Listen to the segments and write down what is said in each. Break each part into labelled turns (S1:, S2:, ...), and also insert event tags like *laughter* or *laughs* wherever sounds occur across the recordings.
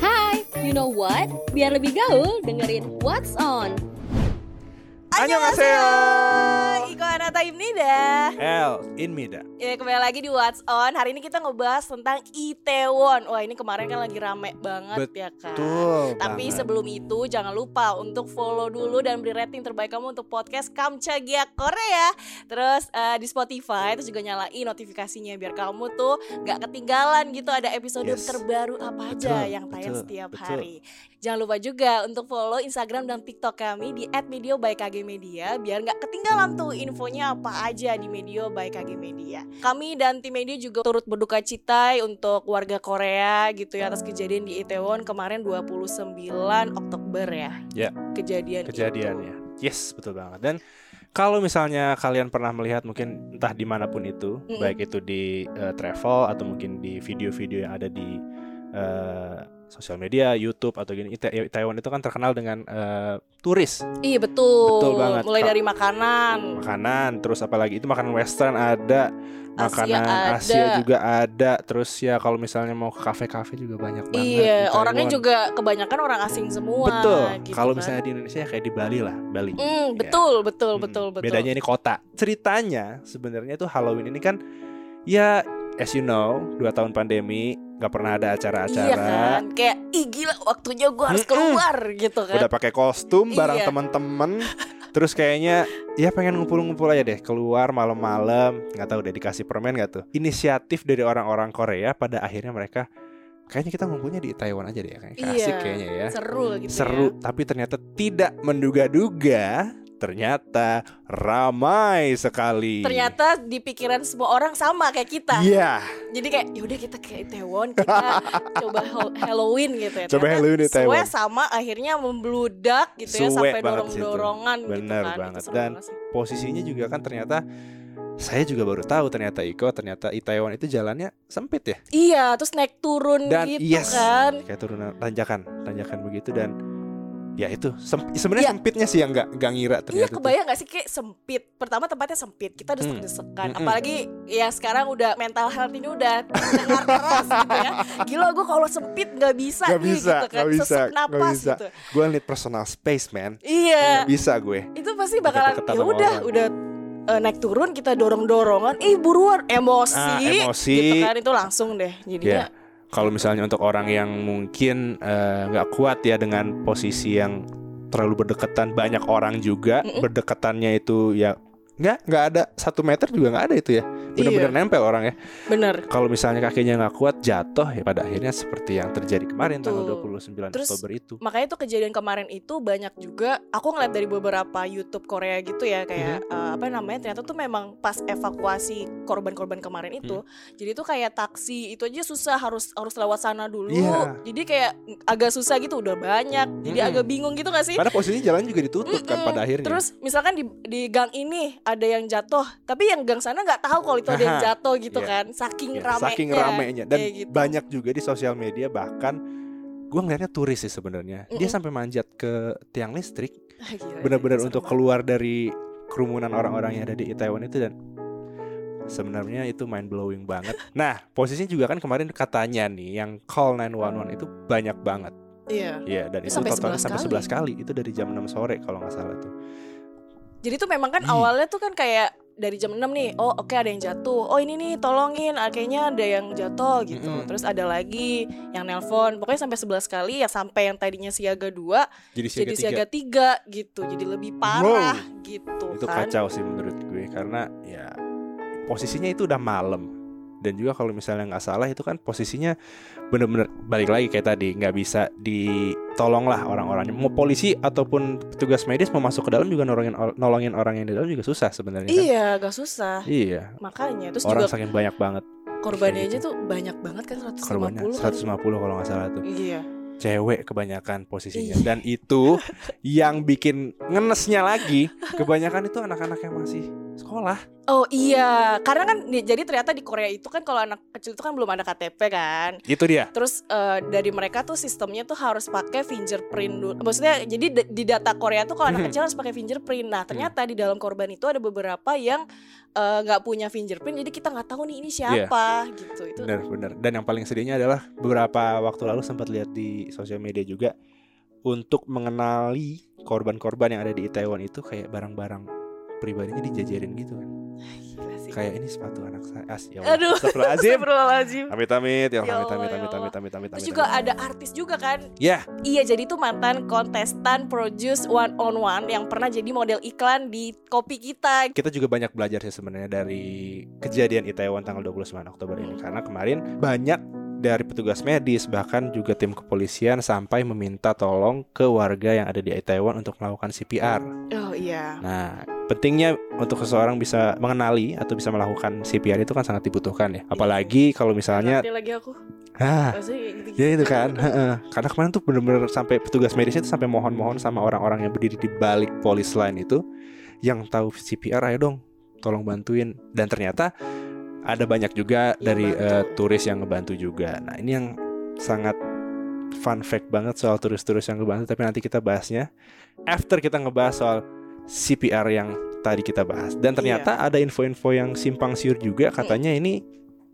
S1: Hai, you know what? Biar lebih gaul, dengerin What's On.
S2: Annyeonghaseyo.
S3: Iko Anata Imnida
S2: El in Mida.
S3: Ya kembali lagi di What's On Hari ini kita ngebahas tentang Itaewon Wah ini kemarin kan lagi rame banget ya kan
S2: Tuh.
S3: Tapi
S2: banget.
S3: sebelum itu jangan lupa untuk follow dulu dan beri rating terbaik kamu untuk podcast Kamchagia Korea. Terus eh, di Spotify terus juga nyalain notifikasinya biar kamu tuh gak ketinggalan gitu ada episode
S2: Yes.
S3: terbaru apa aja
S2: Betul,
S3: yang tayang
S2: betul,
S3: setiap
S2: betul.
S3: hari. Jangan lupa juga untuk follow Instagram dan TikTok kami di @medio by KG Media biar nggak ketinggalan tuh infonya apa aja di Medio by KG Media. Kami dan tim Medio juga turut berduka cita untuk warga Korea gitu ya atas kejadian di Itaewon kemarin 29 Oktober ya.
S2: Ya.
S3: Kejadian itu.
S2: kejadiannya. Yes, betul banget. Dan kalau misalnya kalian pernah melihat mungkin entah dimanapun itu,
S3: Mm-mm.
S2: baik itu di eh, travel atau mungkin di video-video yang ada di eh, sosial media, YouTube atau gini, Ita- Taiwan itu kan terkenal dengan eh, turis
S3: Iya betul.
S2: Betul banget,
S3: Mulai
S2: Kak.
S3: dari makanan.
S2: makanan, terus apalagi itu makanan Western ada,
S3: Asia
S2: makanan
S3: ada.
S2: Asia juga ada, terus ya kalau misalnya mau ke kafe-kafe juga banyak banget. di
S3: Iya, orangnya
S2: Taiwan.
S3: juga kebanyakan orang asing semua.
S2: betul.
S3: gitu
S2: kalau
S3: kan.
S2: misalnya di Indonesia ya kayak di Bali lah, Bali.
S3: Hmm,
S2: Ya.
S3: betul, betul,
S2: Mm-mm.
S3: betul, betul.
S2: Bedanya ini kota. Ceritanya sebenarnya tuh Halloween ini kan ya as you know, dua tahun pandemi nggak pernah
S3: Iya
S2: ada
S3: kan,
S2: acara-acara.
S3: kayak ih gila waktunya gue harus
S2: Mm-mm.
S3: keluar gitu kan.
S2: Udah pakai kostum bareng
S3: Iya.
S2: teman-teman. Terus kayaknya ya pengen ngumpul-ngumpul aja deh keluar malam-malam. nggak tahu udah dikasih permen nggak tuh. Inisiatif dari orang-orang Korea pada akhirnya mereka kayaknya kita ngumpulnya di Taiwan aja deh kayaknya
S3: Iya,
S2: asik kayaknya ya.
S3: Seru gitu.
S2: Seru, tapi ternyata tidak menduga-duga ternyata ramai sekali.
S3: Ya. Ternyata di pikiran semua orang sama kayak kita.
S2: Iya,
S3: Jadi kayak yaudah kita ke Itaewon
S2: *laughs*
S3: kita coba hal- Halloween gitu ya.
S2: Coba
S3: Ternyata
S2: Halloween di
S3: sesuai
S2: Taiwan.
S3: sama akhirnya membludak gitu ya
S2: Suwe
S3: sampai
S2: banget situ.
S3: dorong-dorongan gitu
S2: Bener
S3: kan. Itu
S2: banget.
S3: seru
S2: Dan
S3: banget sih.
S2: posisinya juga kan ternyata saya juga baru tahu ternyata Iko ternyata Itaewon itu jalannya sempit ya.
S3: iya, terus naik turun
S2: Dan
S3: gitu
S2: yes,
S3: kan.
S2: kayak turunan tanjakan, tanjakan begitu dan ya itu semp-
S3: Iya.
S2: sebenarnya sempitnya sih yang nggak nggak ngira
S3: Iya
S2: ternyata. tuh.
S3: kebayang gak sih kayak sempit Pertama tempatnya sempit Kita udah
S2: Hmm.
S3: deg-degan
S2: Mm-mm.
S3: Apalagi ya sekarang udah mental health ini udah terdengar keras gitu ya Gila gue kalau sempit gak bisa
S2: Gak
S3: nih
S2: bisa,
S3: gitu kan
S2: gak bisa,
S3: Sesak
S2: gak
S3: napas
S2: bisa.
S3: gitu
S2: Gue need personal space man.
S3: Iya
S2: Nggak Bisa gue.
S3: Itu pasti bakalan
S2: Deket-deketan
S3: ya
S2: sama
S3: udah
S2: orang.
S3: udah eh, naik turun kita dorong-dorongan Ih buruan emosi,
S2: Ah, emosi.
S3: Gitu kan itu langsung deh
S2: Ya.
S3: Jadinya
S2: Kalau misalnya untuk orang yang mungkin eh, nggak kuat ya dengan posisi yang terlalu berdekatan banyak orang juga
S3: Mm-mm.
S2: berdekatannya itu ya nggak nggak ada satu meter juga nggak ada itu ya bener-bener
S3: Iya.
S2: nempel orang ya
S3: bener
S2: kalau misalnya kakinya nggak kuat jatuh ya pada akhirnya seperti yang terjadi kemarin tanggal
S3: Betul.
S2: 29
S3: Terus-
S2: Oktober itu.
S3: Makanya tuh kejadian kemarin itu banyak juga aku ngeliat dari beberapa YouTube Korea gitu ya kayak
S2: Mhm.
S3: eh, apa namanya ternyata tuh memang pas evakuasi korban-korban kemarin itu
S2: Hmm.
S3: jadi tuh kayak taksi itu aja susah harus harus lewat sana dulu.
S2: Iya.
S3: Jadi kayak agak susah gitu udah banyak. Jadi
S2: Mm-mm.
S3: agak bingung gitu gak sih?
S2: Karena posisinya jalan juga ditutup kan
S3: Mm-mm.
S2: pada akhirnya.
S3: Terus misalkan di, di gang ini ada yang jatuh, tapi yang gang sana nggak tahu kalau itu ada yang
S2: Aha.
S3: jatuh gitu
S2: Iya.
S3: kan, saking
S2: Ya,
S3: ramenya.
S2: saking ramenya dan
S3: Kayak gitu.
S2: banyak juga di sosial media bahkan gua ngeliatnya turis sih sebenarnya. Dia
S3: Mm-mm.
S2: sampai manjat ke tiang listrik
S3: Ah, gila,
S2: benar-benar
S3: serem
S2: untuk
S3: banget.
S2: keluar dari kerumunan orang-orang yang ada di Itaewon itu dan sebenarnya itu mind blowing
S3: *laughs*
S2: banget. Nah, posisinya juga kan kemarin katanya nih yang call 911 itu banyak banget.
S3: Iya.
S2: Iya, dan
S3: Eh. Itu
S2: itu
S3: sampai
S2: totalnya
S3: 11
S2: sampai
S3: kali.
S2: 11 kali. Itu dari jam 6 sore kalau nggak salah tuh.
S3: Jadi tuh memang kan
S2: Ih.
S3: awalnya tuh kan kayak dari jam 6 nih, oh oke ada yang jatuh, oh ini nih tolongin, ah, kayaknya ada yang jatuh gitu.
S2: Mm-mm.
S3: Terus ada lagi yang nelpon, pokoknya sampai 11 kali ya sampai yang tadinya siaga 2
S2: Jadi
S3: jadi siaga 3 gitu. Jadi lebih parah gitu
S2: Itu
S3: kan.
S2: kacau ya sih menurut gue karena ya posisinya itu udah malam. Dan juga kalau misalnya nggak salah itu kan posisinya bener-bener balik lagi kayak tadi nggak bisa ditolonglah orang-orangnya mau polisi ataupun petugas medis mau masuk ke dalam juga nolongin or- nolongin orang yang di dalam juga susah sebenarnya kan?
S3: Iya, gak susah.
S2: Iya.
S3: Makanya terus
S2: orang
S3: juga
S2: saking banyak banget
S3: korbannya
S2: kayak gitu.
S3: aja tuh banyak banget kan 150.
S2: korbannya 150 kalau nggak salah tuh.
S3: Iya.
S2: cewek kebanyakan
S3: Iya.
S2: posisinya dan itu yang bikin ngenesnya lagi kebanyakan itu anak-anak yang masih sekolah
S3: Oh iya, karena kan di- jadi ternyata di Korea itu kan kalau anak kecil itu kan belum ada KTP kan.
S2: itu dia
S3: Terus eh, dari mereka tuh sistemnya tuh harus pakai fingerprint dulu. Maksudnya jadi di- di data Korea tuh kalau anak
S2: Hmm. *laughs*
S3: kecil harus pakai fingerprint. Nah ternyata di dalam korban itu ada beberapa yang eh, nggak punya fingerprint. Jadi kita nggak tahu nih
S2: Iya.
S3: ini siapa gitu. Itu
S2: bener bener dan yang paling sedihnya adalah beberapa waktu lalu sempat lihat di sosial media juga untuk mengenali korban-korban yang ada di Taiwan itu kayak barang-barang pribadinya dijajarin gitu kan
S3: Gila sih.
S2: kayak ini sepatu anak saya as ya
S3: Aduh. *laughs*
S2: Astagfirullahaladzim
S3: Astagfirullahaladzim.
S2: amit amit
S3: Ya
S2: ya Allah, amit
S3: Allah,
S2: amit
S3: ya
S2: amit
S3: Allah.
S2: amit amit amit
S3: Terus
S2: amit,
S3: juga
S2: amit.
S3: ada artis juga kan
S2: ya
S3: Iya jadi itu mantan kontestan produce one on one yang pernah jadi model iklan di kopi kita
S2: kita juga banyak belajar sih sebenarnya dari kejadian Itaewon tanggal 29 Oktober ini
S3: Hmm.
S2: karena kemarin banyak dari petugas medis bahkan juga tim kepolisian sampai meminta tolong ke warga yang ada di Itaewon untuk melakukan CPR.
S3: Oh iya
S2: Nah, pentingnya untuk seseorang bisa mengenali atau bisa melakukan CPR itu kan sangat dibutuhkan ya. Apalagi kalau misalnya
S3: Nanti lagi aku
S2: ah
S3: Maksudnya kayak gitu-gitu.
S2: ya itu
S3: *laughs*
S2: kan. heeh. Karena kemarin tuh bener-bener sampai petugas medisnya itu sampai mohon-mohon sama orang-orang yang berdiri di balik polis line itu yang tahu CPR ayo dong tolong bantuin dan ternyata ada banyak juga
S3: Yang
S2: dari
S3: bantu.
S2: eh, turis yang ngebantu juga. Nah, ini yang sangat fun fact banget soal turis-turis yang ngebantu tapi nanti kita bahasnya after kita ngebahas soal CPR yang tadi kita bahas. Dan ternyata
S3: Iya.
S2: ada info-info yang simpang siur juga katanya ini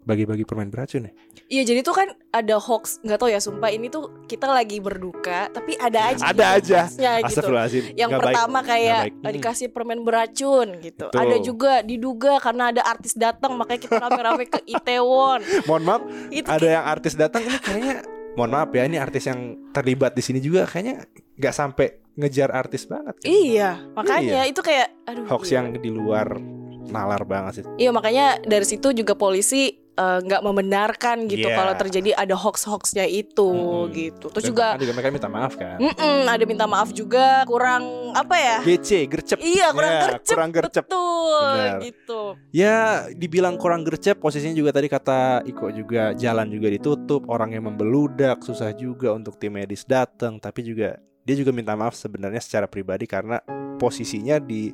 S2: bagi-bagi permen beracun ya.
S3: Iya jadi tuh kan ada hoax nggak tahu ya sumpah ini tuh kita lagi berduka tapi ada aja
S2: Ada
S3: gitu
S2: aja.
S3: hoaxnya gitu
S2: Astagfirullahaladzim.
S3: yang
S2: nggak baik.
S3: pertama kayak
S2: Nggak baik. Hmm.
S3: eh, dikasih permen beracun gitu
S2: Betul.
S3: ada juga diduga karena ada artis datang makanya kita rame-rame ke
S2: *laughs*
S3: Itaewon
S2: Mohon maaf,
S3: itu
S2: ada yang artis datang ini kayaknya mohon maaf ya ini artis yang terlibat di sini juga kayaknya nggak sampai ngejar artis banget. kan.
S3: iya makanya itu kayak aduh
S2: Hoax
S3: gila.
S2: yang di luar nalar banget sih.
S3: Iya makanya dari situ juga polisi eh, nggak membenarkan gitu
S2: Iya.
S3: kalau terjadi ada hoax-hoaxnya itu
S2: Mm-mm.
S3: gitu. Terus
S2: Dan
S3: juga
S2: bahkan mereka minta maaf kan.
S3: mm-mm, ada minta maaf juga kurang apa ya?
S2: GC gercep.
S3: Iya kurang
S2: Ya,
S3: gercep,
S2: kurang gercep.
S3: betul
S2: Benar.
S3: gitu.
S2: Ya, dibilang kurang gercep, posisinya juga tadi kata Iko juga jalan juga ditutup, orangnya membeludak, susah juga untuk tim medis datang, tapi juga dia juga minta maaf sebenarnya secara pribadi karena posisinya di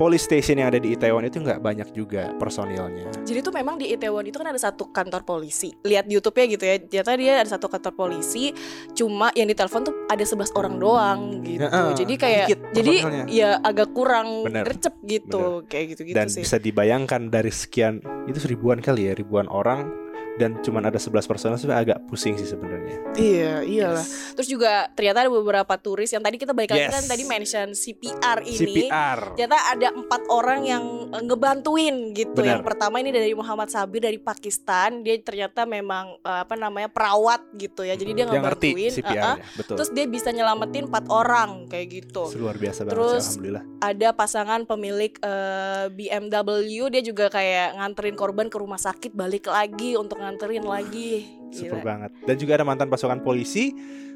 S2: police station yang ada di Itaewon itu nggak banyak juga personilnya.
S3: Jadi tuh memang di Itaewon itu kan ada satu kantor polisi. Lihat di YouTube-nya gitu ya. Ternyata dia ada satu kantor polisi, cuma yang ditelepon tuh ada 11 orang doang gitu.
S2: Heeh,
S3: jadi kayak
S2: dikit
S3: jadi
S2: personelnya.
S3: ya agak kurang
S2: Benar,
S3: gercep gitu. Kayak gitu-gitu
S2: Dan
S3: sih.
S2: bisa dibayangkan dari sekian itu ribuan kali ya, ribuan orang dan cuman ada 11 personil sebenarnya agak pusing sih sebenarnya.
S3: Iya, iyalah. Terus juga ternyata ada beberapa turis yang tadi kita balik lagi
S2: Yes.
S3: kan tadi mention CPR ini. ya,
S2: CPR.
S3: Ternyata ada empat orang yang eh, ngebantuin gitu.
S2: Benar.
S3: Yang pertama ini dari Muhammad Sabir dari Pakistan. Dia ternyata memang eh, apa namanya perawat gitu ya. Jadi dia
S2: Yang ngerti
S3: ngebantuin. eh, eh.
S2: CPR-nya, ya, betul.
S3: Terus dia bisa nyelamatin empat orang kayak gitu.
S2: Luar biasa banget
S3: Terus-
S2: sih, alhamdulillah.
S3: Ada pasangan pemilik eh, BMW. Dia juga kayak nganterin korban ke rumah sakit balik lagi untuk nganterin lagi.
S2: Super
S3: Gila.
S2: banget. Dan juga ada mantan pasukan polisi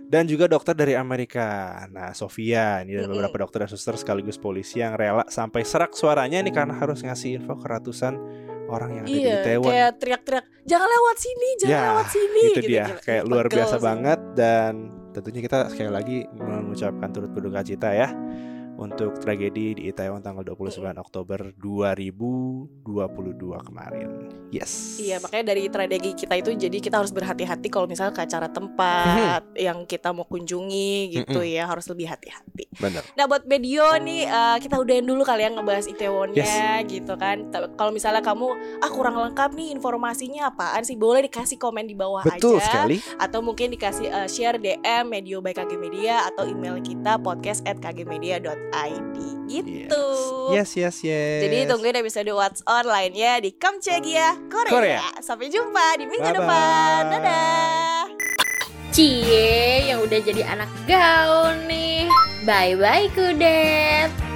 S2: dan juga dokter dari Amerika. Nah, Sofia ini dan
S3: Mm-mm.
S2: beberapa dokter dan suster sekaligus polisi yang rela sampai serak suaranya ini karena harus ngasih info ke ratusan orang yang ada di
S3: Iya,
S2: Taiwan.
S3: kayak teriak-teriak, jangan lewat sini, jangan
S2: Ya,
S3: lewat sini. gitu,
S2: Itu dia,
S3: gila.
S2: kayak luar
S3: Pegel
S2: biasa
S3: sih.
S2: banget dan tentunya kita sekali lagi mengucapkan turut berduka cita ya untuk tragedi di Itaewon tanggal 29 Oktober 2022 kemarin. Yes.
S3: Iya, makanya dari strategi kita itu jadi kita harus berhati-hati kalau misalnya ke acara tempat
S2: Mm-hmm.
S3: yang kita mau kunjungi gitu ya, harus lebih hati-hati.
S2: Bener.
S3: Nah buat Medio nih
S2: Oh.
S3: eh, kita udahin dulu kali ya ngebahas Itaewonnya gitu kan. T- Kalau misalnya kamu ah kurang lengkap nih informasinya apaan sih boleh dikasih komen di bawah
S2: Betul
S3: aja.
S2: sekali.
S3: Atau mungkin dikasih eh, share DM Medio by KG Media atau email kita podcast at kgmedia.id
S2: Yes.
S3: gitu.
S2: Yes, yes, yes.
S3: Jadi tungguin episode What's On lainnya di Kamchegia Korea.
S2: Korea.
S3: Sampai jumpa di minggu
S2: Bye-bye.
S3: depan. Dadah.
S1: Cie, yang udah jadi anak gaul nih. Bye-bye kudet.